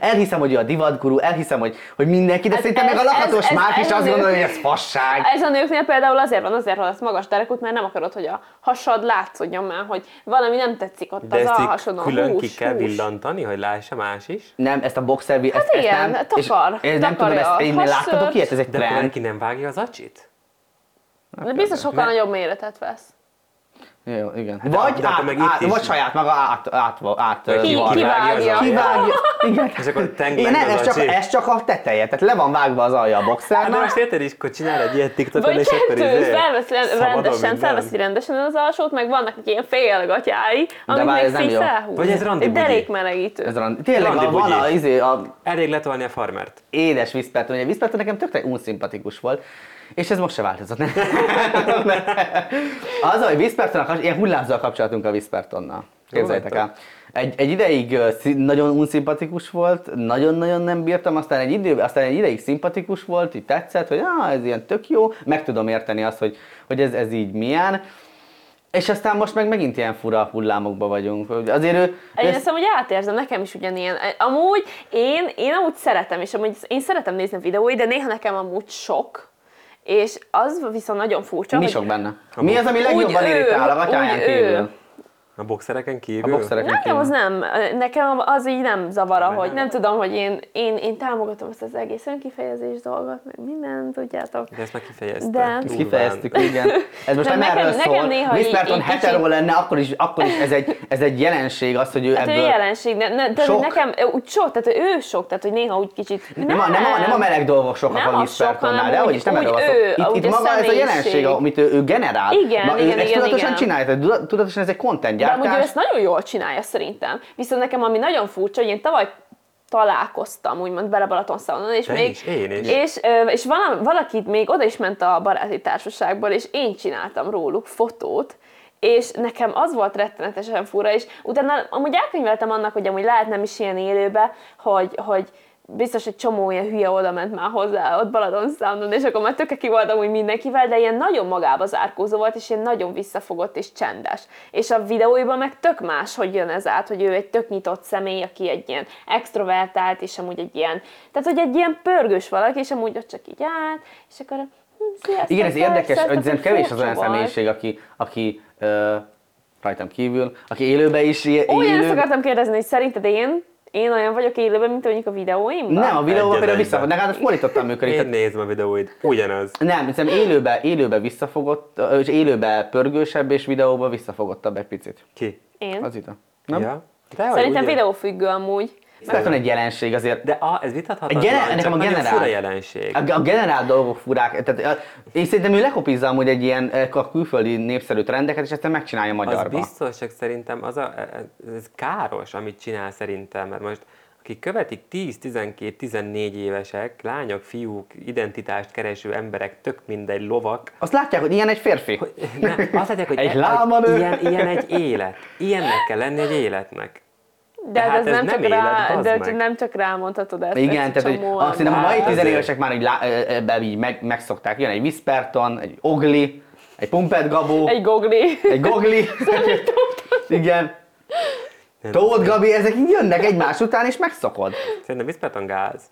Speaker 1: Elhiszem, hogy ő a divatgurú, elhiszem, hogy, hogy mindenki, de
Speaker 2: Hát
Speaker 3: Ez-
Speaker 1: szerintem
Speaker 3: ez-
Speaker 1: meg a lakatos
Speaker 3: ez- ez-
Speaker 1: Márk is
Speaker 3: ez
Speaker 1: azt
Speaker 3: ő.
Speaker 1: gondolja, hogy ez fasság.
Speaker 3: Ez a nőknél például azért van, azért van ez magas derekút, mert nem akarod, hogy a hasad látszódjon már, hogy valami nem tetszik ott
Speaker 2: De
Speaker 3: az
Speaker 2: ezt így
Speaker 3: alhasodon.
Speaker 2: külön ki
Speaker 3: Hús,
Speaker 2: kell
Speaker 3: hús.
Speaker 2: villantani, hogy lássa más is?
Speaker 1: Nem, ezt a boxer... Hát ezt,
Speaker 3: igen,
Speaker 1: ezt nem,
Speaker 3: takar,
Speaker 1: és, én nem tudom,
Speaker 3: takarja
Speaker 1: ezt
Speaker 3: Hát a
Speaker 1: én láttatok
Speaker 3: passzört.
Speaker 1: ilyet? Ez egy
Speaker 2: De akkor
Speaker 1: trend.
Speaker 2: neki nem vágja az acsit?
Speaker 3: De biztos sokkal nagyobb méretet vesz.
Speaker 1: Jó, igen. Vagy,
Speaker 2: Hát de akkor
Speaker 1: át,
Speaker 2: meg itt
Speaker 1: át,
Speaker 2: is.
Speaker 1: vagy saját maga át, át, át
Speaker 2: Ki-
Speaker 1: kivarja.
Speaker 3: kivágja.
Speaker 1: Kivágja. Igen.
Speaker 2: És akkor tengleng
Speaker 1: Én nem,
Speaker 2: az
Speaker 1: ez csak,
Speaker 2: acsi.
Speaker 1: ez csak a teteje, tehát le van vágva az alja a
Speaker 2: Hát de
Speaker 1: boxernak.
Speaker 2: most érted is, akkor csinál egy ilyet TikTokon,
Speaker 3: Vagy
Speaker 2: és akkor
Speaker 3: kettőt,
Speaker 2: izé...
Speaker 3: felveszi
Speaker 2: szabadon
Speaker 3: rendesen,
Speaker 2: minden.
Speaker 3: felveszi rendesen az alsót, meg vannak ilyen félgatyái, amik
Speaker 1: vár,
Speaker 3: még
Speaker 1: ez nem jó.
Speaker 3: szízelhúz.
Speaker 2: Vagy ez randi
Speaker 3: Egy
Speaker 2: bugyi.
Speaker 3: derékmelegítő.
Speaker 1: Ez randi. Tényleg,
Speaker 2: Randi
Speaker 1: a, van a,
Speaker 2: bugyi.
Speaker 1: izé, a
Speaker 2: Elég lett volna a farmert.
Speaker 1: édes Viszperton, ugye Viszperton nekem tökre unszimpatikus volt, és ez most se változott. Nem. az, hogy Viszperton, ilyen hullámzó a kapcsolatunk a Viszpertonnal. Képzeljétek el. Egy, egy ideig ö, szi- nagyon unszimpatikus volt, nagyon-nagyon nem bírtam, aztán egy, idő, aztán egy ideig szimpatikus volt, így tetszett, hogy ah, ez ilyen tök jó, meg tudom érteni azt, hogy, hogy ez, ez így milyen. És aztán most meg megint ilyen fura hullámokba vagyunk. Azért ő...
Speaker 3: Én
Speaker 1: ő
Speaker 3: ezt amúgy átérzem, nekem is ugyanilyen. Amúgy én, én amúgy szeretem, és amúgy én szeretem nézni a videóit, de néha nekem amúgy sok, és az viszont nagyon furcsa,
Speaker 1: mi
Speaker 3: hogy
Speaker 1: sok benne?
Speaker 2: A
Speaker 1: Mi az, ami legjobban
Speaker 3: ő,
Speaker 1: irritál a gatyáján
Speaker 3: úgy ő.
Speaker 1: kívül?
Speaker 2: A boxereken kívül?
Speaker 1: A boxereken
Speaker 3: Nekem
Speaker 1: kívül.
Speaker 3: az nem, nekem az így nem zavar, hogy
Speaker 2: nem.
Speaker 3: nem tudom, hogy én, én, én támogatom ezt az egész önkifejezés dolgot, meg mindent, tudjátok.
Speaker 2: De ezt már kifejeztük.
Speaker 3: De. Ezt
Speaker 1: Ezt kifejeztük, igen. Ez most nem,
Speaker 3: Nem, nekem-
Speaker 1: erről
Speaker 3: nekem
Speaker 1: szól.
Speaker 3: néha így-
Speaker 1: Viszperton
Speaker 3: így kicsit-
Speaker 1: hetero lenne, akkor is, akkor is ez, egy, ez egy jelenség az, hogy ő
Speaker 3: Hát ő
Speaker 1: ebből...
Speaker 3: jelenség, ne, ne, de
Speaker 1: Sok.
Speaker 3: nekem ö, úgy sok, tehát ő sok, tehát hogy néha úgy kicsit...
Speaker 1: nem, a, nem, a, nem a meleg dolgok sokak
Speaker 3: Nem
Speaker 1: a
Speaker 3: az
Speaker 1: Viszpertonnál,
Speaker 3: sok,
Speaker 1: de
Speaker 3: hanem
Speaker 1: hogy is nem
Speaker 3: úgy-
Speaker 1: erről van szó.
Speaker 3: úgy ő,
Speaker 1: Itt,
Speaker 3: ahogy
Speaker 1: itt
Speaker 3: a
Speaker 1: maga ez a jelenség,
Speaker 3: személyiség.
Speaker 1: amit ő, ő generál.
Speaker 3: Igen,
Speaker 1: Ma, ő
Speaker 3: igen,
Speaker 1: ezt
Speaker 3: igen,
Speaker 1: tudatosan
Speaker 3: igen.
Speaker 1: csinálja, tehát tuda- tudatosan ez egy
Speaker 3: De amúgy ő
Speaker 1: kontentgyártás.
Speaker 3: ezt nagyon jól csinálja szerintem. Viszont nekem ami nagyon furcsa, hogy én tavaly találkoztam, úgymond bele Balatonszalonon, és
Speaker 2: Te
Speaker 3: még...
Speaker 2: is, én is.
Speaker 3: És, ö, és valam, valaki még oda is ment a baráti társaságból, és én csináltam róluk fotót, és nekem az volt rettenetesen fura, és utána amúgy elkönyveltem annak, hogy amúgy lehet nem is ilyen élőbe, hogy, hogy biztos egy csomó ilyen hülye oda ment már hozzá, ott Baladon Soundon, és akkor már tökre ki voltam úgy mindenkivel, de ilyen nagyon magába zárkózó volt, és ilyen nagyon visszafogott és csendes. És a videóiban meg tök más, hogy jön ez át, hogy ő egy tök nyitott személy, aki egy ilyen extrovertált, és amúgy egy ilyen, tehát hogy egy ilyen pörgős valaki, és amúgy ott csak így állt, és akkor hm, sziasztok,
Speaker 1: Igen, ez
Speaker 3: persze,
Speaker 1: érdekes,
Speaker 3: tehát,
Speaker 1: hogy szerintem kevés az
Speaker 3: furcsa
Speaker 1: olyan
Speaker 3: volt.
Speaker 1: személyiség, aki, aki ö, rajtam kívül, aki élőben is ilyen-
Speaker 3: Olyan ezt
Speaker 1: élő...
Speaker 3: akartam kérdezni, hogy szerinted én, én olyan vagyok élőben, mint mondjuk a videóimban?
Speaker 1: Nem, a videóban
Speaker 2: Egy az
Speaker 1: például
Speaker 2: egyben.
Speaker 1: visszafog. Nekem hát fordítottam működik.
Speaker 2: Én
Speaker 1: tehát
Speaker 2: nézem a videóid. Ugyanaz.
Speaker 1: Nem, hiszem élőbe, élőbe visszafogott, ö, és élőbe pörgősebb, és videóba visszafogottabb egy picit.
Speaker 2: Ki?
Speaker 3: Én?
Speaker 1: Az itt. Nem?
Speaker 2: Ja? De,
Speaker 3: Szerintem videófüggő amúgy.
Speaker 1: Ez egy jelenség azért.
Speaker 2: De a, ez vitathatatlan,
Speaker 1: A gene- nekem
Speaker 2: csak
Speaker 1: a
Speaker 2: nagyon
Speaker 1: generál. Hát,
Speaker 2: fura jelenség.
Speaker 1: A, a generál dolgok furák. Tehát, ö, én szerintem ő lekopizza amúgy egy ilyen ö, a külföldi népszerű trendeket, és aztán megcsinálja
Speaker 2: Az
Speaker 1: magyarba.
Speaker 2: biztos, csak szerintem az a, e- ez káros, amit csinál szerintem, mert most akik követik 10-12-14 évesek, lányok, fiúk, identitást kereső emberek, tök mindegy, lovak,
Speaker 1: Azt látják, hogy ilyen egy férfi.
Speaker 2: hogy, ne, azt látják, hogy,
Speaker 1: Egy
Speaker 2: e-
Speaker 1: lámanő.
Speaker 2: hogy ilyen, ilyen egy élet. Ilyennek kell lenni egy életnek.
Speaker 3: De
Speaker 2: Tehát
Speaker 3: hát ez,
Speaker 2: ez
Speaker 3: nem,
Speaker 2: nem
Speaker 3: csak
Speaker 2: élet,
Speaker 3: rá,
Speaker 2: bazd
Speaker 3: de
Speaker 2: meg.
Speaker 3: nem csak rámondhatod ezt.
Speaker 1: Igen,
Speaker 3: ezt
Speaker 1: tehát hogy
Speaker 3: csomóan.
Speaker 1: azt hiszem, a mai
Speaker 2: Hát
Speaker 1: tizenévesek
Speaker 2: azért.
Speaker 1: már így, lá- ö, ebbe így meg, megszokták. Jön egy Whisperton, egy Ogli, egy Pumped Gabó,
Speaker 3: Egy gogli.
Speaker 1: egy Gogli. Igen. Tóth Gabi, ezek így jönnek egymás után, és megszokod.
Speaker 2: Szerintem Viszpeton gáz.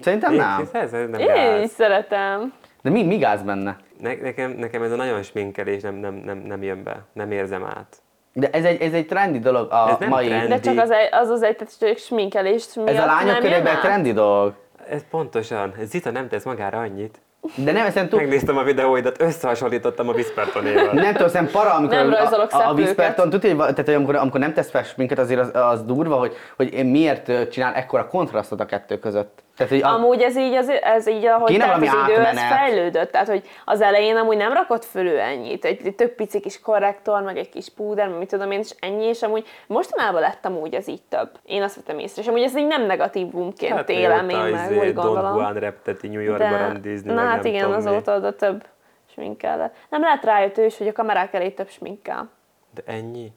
Speaker 1: Szerintem
Speaker 2: Én-
Speaker 1: nem.
Speaker 2: Ez, ez nem
Speaker 3: Én is
Speaker 2: gáz.
Speaker 3: szeretem.
Speaker 1: De mi, mi gáz benne?
Speaker 2: Ne, nekem, nekem ez a nagyon sminkelés nem, nem, nem, nem jön be, nem érzem át.
Speaker 1: De ez egy, ez egy trendi dolog a
Speaker 2: Ez nem
Speaker 1: mai...
Speaker 2: trend.
Speaker 3: De csak az, egy- az az egy tehát sminkelés miatt
Speaker 1: Ez a lányok
Speaker 3: nem jön
Speaker 1: körében
Speaker 3: át.
Speaker 1: trendi dolog.
Speaker 2: Ez pontosan, ez Zita nem tesz magára annyit.
Speaker 1: De nem eszem túl...
Speaker 2: Megnéztem a videóidat, összehasonlítottam a Bispertonéval.
Speaker 1: Nem tudom, szerintem para, amikor
Speaker 3: Nem rajzolok
Speaker 1: a, a, a
Speaker 3: szeplőket.
Speaker 1: Whisperton, tudja, hogy va- tehát, hogy amikor, amikor nem tesz fel minket, azért az, az durva, hogy, hogy én miért ö, csinál ekkora kontrasztot a kettő között. Tehát, hogy a,
Speaker 3: Amúgy ez így, az, ez így ahogy
Speaker 1: Kéne
Speaker 3: telt az
Speaker 1: valami
Speaker 3: idő, ez
Speaker 1: átmenet.
Speaker 3: fejlődött. Tehát, hogy az elején amúgy nem rakott fölül ennyit. Egy, egy több pici kis korrektor, meg egy kis púder, meg mit tudom én, és ennyi, és amúgy mostanában lett amúgy ez így több. Én azt vettem észre, és amúgy ez így nem negatívumként hát, élem én
Speaker 2: mióta
Speaker 3: meg,
Speaker 2: izé
Speaker 3: úgy
Speaker 2: Don
Speaker 3: gondolom.
Speaker 2: Juan repteti New Yorkba rendizni,
Speaker 3: na
Speaker 2: meg
Speaker 3: hát
Speaker 2: nem
Speaker 3: igen,
Speaker 2: tudom
Speaker 3: azóta oda több sminkkel. Nem lehet rájött ő is, hogy a kamerák elé több sminkkel.
Speaker 2: Mi. De ennyi?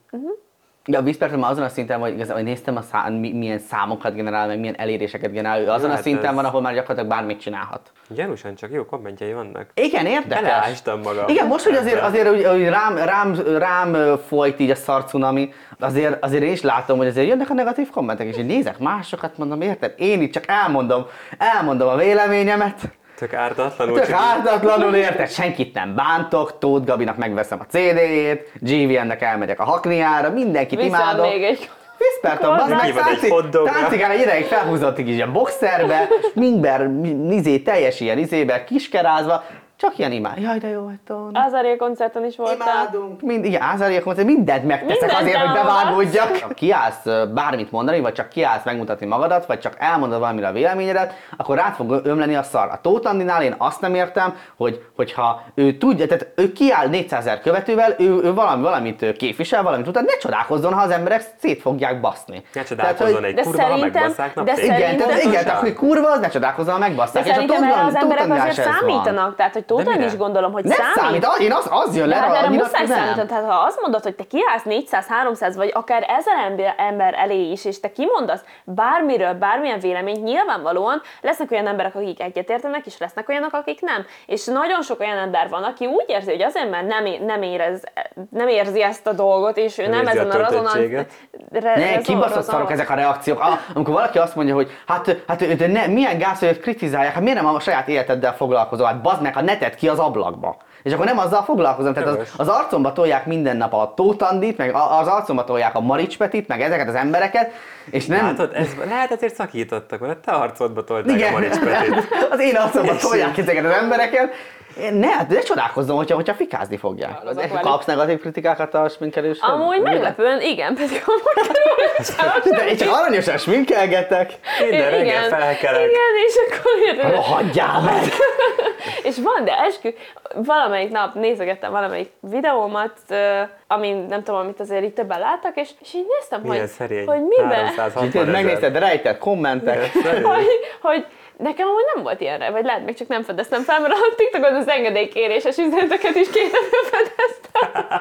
Speaker 1: De a Whisperton már azon a szinten, van, hogy, igazán, hogy néztem, a szá, mi, milyen számokat generál, meg milyen eléréseket generál, ő azon
Speaker 2: Jó,
Speaker 1: a
Speaker 2: hát
Speaker 1: szinten
Speaker 2: ez-
Speaker 1: van, ahol már gyakorlatilag bármit csinálhat.
Speaker 2: Gyanúsan csak jó kommentjei vannak.
Speaker 1: Igen, érdekes.
Speaker 2: Beleástam magam.
Speaker 1: Igen, most, hogy azért,
Speaker 2: Ebben.
Speaker 1: azért hogy, hogy rám, rám, rám ö, folyt így a szarcunami, azért, azért én is látom, hogy azért jönnek a negatív kommentek, és én nézek másokat, mondom, érted? Én itt csak elmondom, elmondom a véleményemet,
Speaker 2: Tök ártatlanul.
Speaker 1: Tök
Speaker 2: csak így-
Speaker 1: ártatlanul érted, senkit nem bántok, Tóth Gabinak megveszem a CD-jét, GVN-nek elmegyek a hakniára, mindenkit
Speaker 3: Viszont
Speaker 1: imádok.
Speaker 3: még egy
Speaker 1: Viszperton,
Speaker 3: Akkor
Speaker 1: az meg
Speaker 2: Meghívod egy
Speaker 1: táncik,
Speaker 2: hotdogra.
Speaker 1: táncik el egy ideig felhúzott egy ilyen boxerbe, minden nizé, teljes ilyen izébe, kiskerázva, csak ilyen imád. Jaj, de jó, Ton.
Speaker 3: Azaria koncerten is voltál.
Speaker 1: Imádunk. Mind, igen, Ázária koncert, mindent megteszek
Speaker 3: Mindent
Speaker 1: azért, hogy
Speaker 3: elmondasz.
Speaker 1: bevágódjak. Ha kiállsz ö, bármit mondani, vagy csak kiállsz megmutatni magadat, vagy csak elmondod valamire a véleményedet, akkor rád fog ömleni a szar. A Tóth Andinál én azt nem értem, hogy, hogyha ő tudja, tehát ő kiáll 400 ezer követővel, ő, ő valami, valamit ö, képvisel, valamit utána, ne csodálkozzon, ha az emberek szét fogják baszni.
Speaker 2: Ne
Speaker 1: Tehát,
Speaker 2: csodálkozzon
Speaker 1: hogy-
Speaker 2: egy
Speaker 3: de
Speaker 2: kurva, ha
Speaker 3: szerintem-
Speaker 2: megbasszák
Speaker 3: de
Speaker 2: napfény.
Speaker 1: igen, tehát,
Speaker 3: Pontosan.
Speaker 1: igen, tehát hogy kurva, az ne csodálkozzon, ha
Speaker 3: De
Speaker 1: megbasszák.
Speaker 3: szerintem
Speaker 1: Tóth
Speaker 3: erre
Speaker 1: Andi-
Speaker 3: az
Speaker 1: Tóth
Speaker 3: emberek
Speaker 1: Andinál
Speaker 3: azért
Speaker 1: se ez van.
Speaker 3: számítanak, tehát hogy Tóth
Speaker 2: De
Speaker 3: Andi
Speaker 2: mire?
Speaker 3: is gondolom, hogy
Speaker 1: Nem számít, az- én az, az jön le,
Speaker 3: De hát erre
Speaker 1: annyira,
Speaker 3: muszáj
Speaker 1: hogy nem.
Speaker 3: számítani, tehát ha azt mondod, hogy te kiállsz 400-300 vagy akár 1000 ember- ember elé is, és te kimondasz bármiről, bármilyen véleményt, nyilvánvalóan lesznek olyan emberek, akik egyetértenek, és lesznek olyanok, akik nem. És nagyon sok olyan ember van, aki úgy érzi, hogy azért, mert nem, é- nem, érez, nem érzi ezt a dolgot, és ő nem,
Speaker 2: Nem érzi a
Speaker 3: ezen a
Speaker 2: töltöttséget.
Speaker 3: rezonan... Re,
Speaker 1: Ne,
Speaker 3: rezon-
Speaker 1: kibaszott
Speaker 3: rezon-
Speaker 1: szarok ezek a reakciók. A, amikor valaki azt mondja, hogy hát, hát de ne, milyen gáz, hogy őt kritizálják, hát miért nem a saját életeddel foglalkozol? Hát bazd meg, ha neted ki az ablakba. És akkor nem azzal foglalkozom. Tehát az,
Speaker 2: Jogos.
Speaker 1: az arcomba tolják minden nap a Tótandit, meg a- az arcomba tolják a Maricspetit, meg ezeket az embereket, és nem...
Speaker 2: Látod, ez, lehet ezért szakítottak volna, te arcodba tolták a
Speaker 1: igen,
Speaker 2: Marics Petit.
Speaker 1: az én arcomba
Speaker 2: És-
Speaker 1: tolják ezeket az embereket. Én- Ne, hát ne csodálkozzon, hogyha, hogyha fikázni fogják.
Speaker 3: Azok velük.
Speaker 1: Kapsz negatív kritikákat a sminkelőstől?
Speaker 3: Amúgy meglepően, igen, pedig amúgy körülbelül
Speaker 1: De én csak aranyosan sminkelgetek.
Speaker 2: Minden reggel
Speaker 3: Igen,
Speaker 2: felkelek.
Speaker 3: Igen, és akkor jövök.
Speaker 1: Hagyjál meg!
Speaker 3: És van, de eskü, valamelyik nap nézegettem valamelyik videómat, ö, amin nem tudom, amit azért így többen láttak, és, és így néztem,
Speaker 2: Milyen
Speaker 3: hogy,
Speaker 2: szerény.
Speaker 3: hogy miben,
Speaker 2: 360
Speaker 1: Tudod,
Speaker 2: ezer.
Speaker 1: megnézted rejtett kommentek.
Speaker 3: hogy, hogy Nekem amúgy nem volt ilyenre, vagy lehet, még csak nem fedeztem fel, mert a TikTokon az engedélykéréses üzeneteket is két nem fedeztem.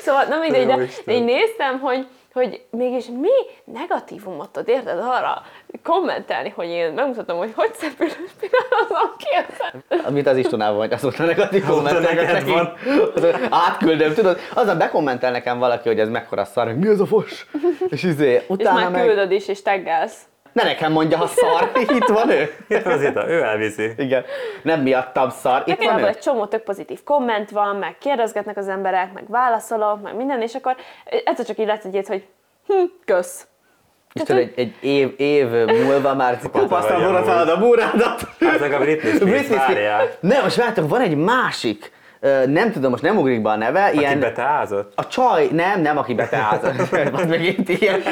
Speaker 3: Szóval, nem mindegy,
Speaker 2: Jó
Speaker 3: de
Speaker 2: Isten.
Speaker 3: így néztem, hogy, hogy mégis mi negatívumot tud, érted, arra kommentelni, hogy én megmutatom, hogy hogy szepül pillanatban ki az
Speaker 1: Amit az Istunában vagy, azóta negatív
Speaker 2: Azóta
Speaker 1: kommentek.
Speaker 2: neked
Speaker 1: neki.
Speaker 2: van.
Speaker 1: Azóta Átküldöm, tudod, azon bekommentel nekem valaki, hogy ez mekkora szar, hogy mi az a fos? És izé,
Speaker 3: És
Speaker 1: utána
Speaker 3: már
Speaker 1: meg...
Speaker 3: küldöd is, és teggelsz.
Speaker 1: Ne nekem mondja, ha szar, itt van ő.
Speaker 2: Itt van Zita, ő elviszi.
Speaker 1: Igen, nem miattam szar, itt
Speaker 3: Nekem
Speaker 1: van
Speaker 3: abban
Speaker 1: ő.
Speaker 3: egy csomó tök pozitív komment van, meg kérdezgetnek az emberek, meg válaszolok, meg minden, és akkor egyszer csak így lesz egy ilyet, hogy hm, kösz.
Speaker 1: És tudod, egy, egy év, év múlva már
Speaker 2: vagy
Speaker 1: kopasztam volna
Speaker 2: amúgy.
Speaker 1: felad a búrádat.
Speaker 2: Hát meg a Britney Spears, várjál.
Speaker 1: Nem, most várjátok, van egy másik, ö, nem tudom, most nem ugrik be a neve,
Speaker 2: Ilyen...
Speaker 1: ilyen
Speaker 2: beteázott?
Speaker 1: A csaj, nem, nem, aki beteházott. Az még itt ilyen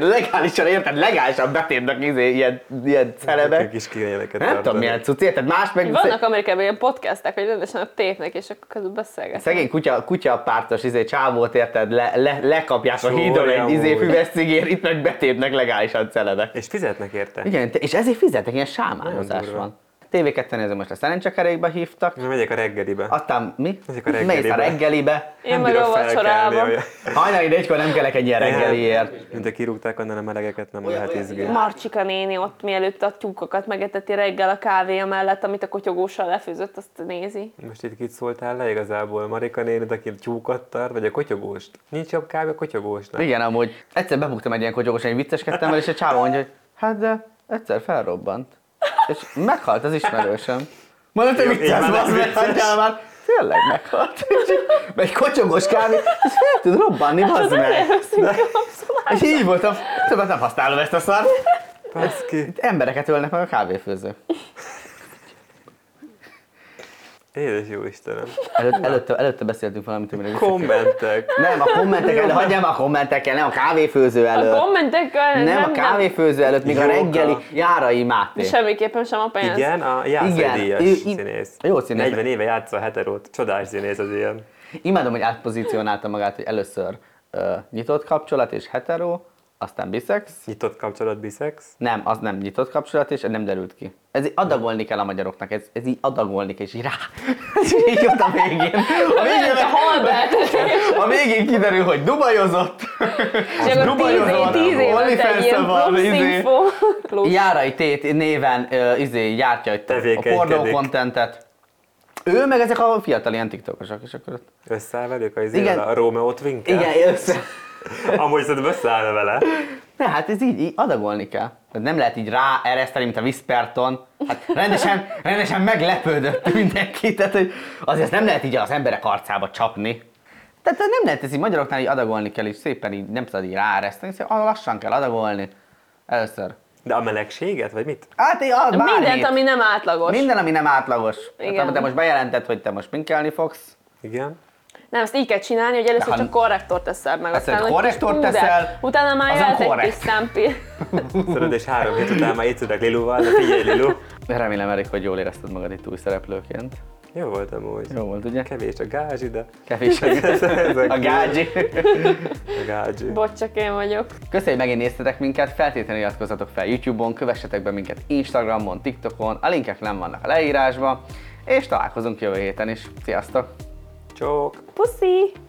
Speaker 1: legálisan, érted, legálisan betétnek izé, ilyen, ilyen
Speaker 2: Ők
Speaker 1: celebek.
Speaker 2: is kényeleket
Speaker 1: Nem tudom milyen cucc, érted, más meg...
Speaker 3: Vannak Amerikában ilyen podcastek, hogy rendesen a tépnek, és akkor közül beszélgetnek.
Speaker 1: Szegény kutya, kutya pártos izé, csávót, érted, le, le, lekapják a hídon
Speaker 2: Csúrja
Speaker 1: egy izé,
Speaker 2: Szóval amúgy.
Speaker 1: füves cigér, itt meg betépnek legálisan celebek.
Speaker 2: És fizetnek érte.
Speaker 1: Igen, te- és ezért fizetek, ilyen sámánozás
Speaker 2: Nagyon durva.
Speaker 1: van. TV2 nézem, most a szerencsekerékbe hívtak.
Speaker 2: Na, Megyek a reggelibe.
Speaker 1: Aztán mi?
Speaker 2: Megyek a
Speaker 1: Mész a
Speaker 2: reggelibe.
Speaker 1: reggelibe.
Speaker 3: Én meg a vacsorában.
Speaker 1: Hajnali négykor nem kellek egy ilyen reggeliért.
Speaker 2: Mint a kirúgták onnan a melegeket, nem
Speaker 1: Olyan,
Speaker 2: lehet
Speaker 1: olyan,
Speaker 2: izgő.
Speaker 1: igen.
Speaker 3: Marcsika néni ott mielőtt a tyúkokat megeteti reggel a kávé mellett, amit a kotyogóssal lefőzött, azt nézi.
Speaker 2: Most itt kit szóltál le igazából? Marika nénit, aki tyúkat tart, vagy a kotyogóst? Nincs jobb kávé a kotyogósnak.
Speaker 1: Igen, amúgy egyszer bebuktam egy ilyen kogyogosan, egy vicceskedtem vele, és egy csávó mondja, hogy hát de egyszer felrobbant. És meghalt az ismerősöm. Mondom, te
Speaker 2: Jó,
Speaker 1: mit
Speaker 2: így
Speaker 1: tesz,
Speaker 2: már
Speaker 1: bazd
Speaker 2: nem
Speaker 1: meg,
Speaker 2: vicces.
Speaker 1: hagyjál már. Tényleg meghalt. És így Egy kocsogos kávé, és fel tud robbanni, bazd
Speaker 3: hát,
Speaker 1: meg. És így voltam, többet nem használom ezt a szart.
Speaker 2: Paszki.
Speaker 1: Itt embereket ölnek meg a kávéfőzők.
Speaker 2: Édes jó Istenem.
Speaker 1: Előtt, előtte, előtte beszéltünk valamit, amire vissza-
Speaker 2: Kommentek.
Speaker 1: Nem, a kommentekkel, de hagyjam a kommentekkel, nem a kávéfőző
Speaker 3: A
Speaker 1: előtt.
Speaker 3: kommentekkel
Speaker 1: Nem, a kávéfőző előtt, még a
Speaker 2: Jóka.
Speaker 1: reggeli Járai Máté.
Speaker 3: Semmiképpen sem a pénz.
Speaker 2: Igen, a
Speaker 1: Igen,
Speaker 2: Jászai
Speaker 1: ő-
Speaker 2: Díjas
Speaker 1: í-
Speaker 2: színész.
Speaker 1: jó színész.
Speaker 2: 40 éve játsza a heterót, csodás színész az ilyen.
Speaker 1: Imádom, hogy átpozícionálta magát, hogy először ö, nyitott kapcsolat és hetero, aztán biszex.
Speaker 2: Nyitott kapcsolat, biszex.
Speaker 1: Nem, az nem nyitott kapcsolat, és nem derült ki. Ez így adagolni kell a magyaroknak, ez, ez így adagolni kell, és így rá. És így jött a végén. A
Speaker 3: Nem, te
Speaker 1: végén,
Speaker 3: hol
Speaker 1: a végén kiderül, hogy dubajozott.
Speaker 3: És akkor tíz, év-
Speaker 1: Dubajozott,
Speaker 3: tíz év volt egy ilyen
Speaker 1: OnlyFans-e van,
Speaker 3: plusz
Speaker 1: izé.
Speaker 3: info. Plusz.
Speaker 1: Járai tét néven ö, izé, gyártja itt a
Speaker 2: Tevékenykedik.
Speaker 1: pornó kontentet. Ő meg ezek a fiatal ilyen tiktokosok, és akkor ott...
Speaker 2: Összeáll velük a,
Speaker 1: Igen.
Speaker 2: izével, a Rómeó Twinkle?
Speaker 1: Igen, össze.
Speaker 2: Amúgy szerintem összeállna vele.
Speaker 1: Ne, hát ez így, így adagolni kell. Tehát nem lehet így ráereszteni, mint a Visperton. Hát rendesen, rendesen meglepődött mindenki, tehát hogy azért ezt nem lehet így az emberek arcába csapni. Tehát nem lehet ez így magyaroknál így adagolni kell, és szépen így nem tudod így ráereszteni, szóval lassan kell adagolni. Először.
Speaker 2: De a melegséget, vagy mit?
Speaker 1: Hát így ad,
Speaker 3: Mindent, ami nem átlagos.
Speaker 1: Minden, ami nem átlagos.
Speaker 3: Igen.
Speaker 1: Hát, te most bejelented, hogy te most pinkelni fogsz.
Speaker 2: Igen.
Speaker 3: Nem, ezt így kell csinálni, hogy
Speaker 1: De
Speaker 3: először
Speaker 1: ha-
Speaker 3: csak korrektor teszel meg.
Speaker 1: Persze,
Speaker 3: aztán
Speaker 1: hogy
Speaker 3: egy kis
Speaker 1: korrektort
Speaker 3: púder.
Speaker 1: teszel,
Speaker 3: Utána már
Speaker 1: azon
Speaker 3: jöhet egy
Speaker 1: korrekt.
Speaker 3: kis szempír.
Speaker 2: Tudod, és három hét után már étszedek Lilúval, de figyelj Lilu.
Speaker 1: Remélem, Erik, hogy jól érezted magad itt új szereplőként.
Speaker 2: Jó volt amúgy.
Speaker 1: Jó volt, ugye?
Speaker 2: Kevés a gázsi, de...
Speaker 1: Kevés a gágyi.
Speaker 2: A gágyi.
Speaker 3: Bocs, csak én vagyok.
Speaker 1: Köszönjük, hogy megint néztetek minket, feltétlenül iratkozzatok fel YouTube-on, kövessetek be minket Instagramon, TikTokon, a linkek nem vannak a leírásban, és találkozunk jövő héten is. Sziasztok!
Speaker 2: Csók.
Speaker 3: Puszi!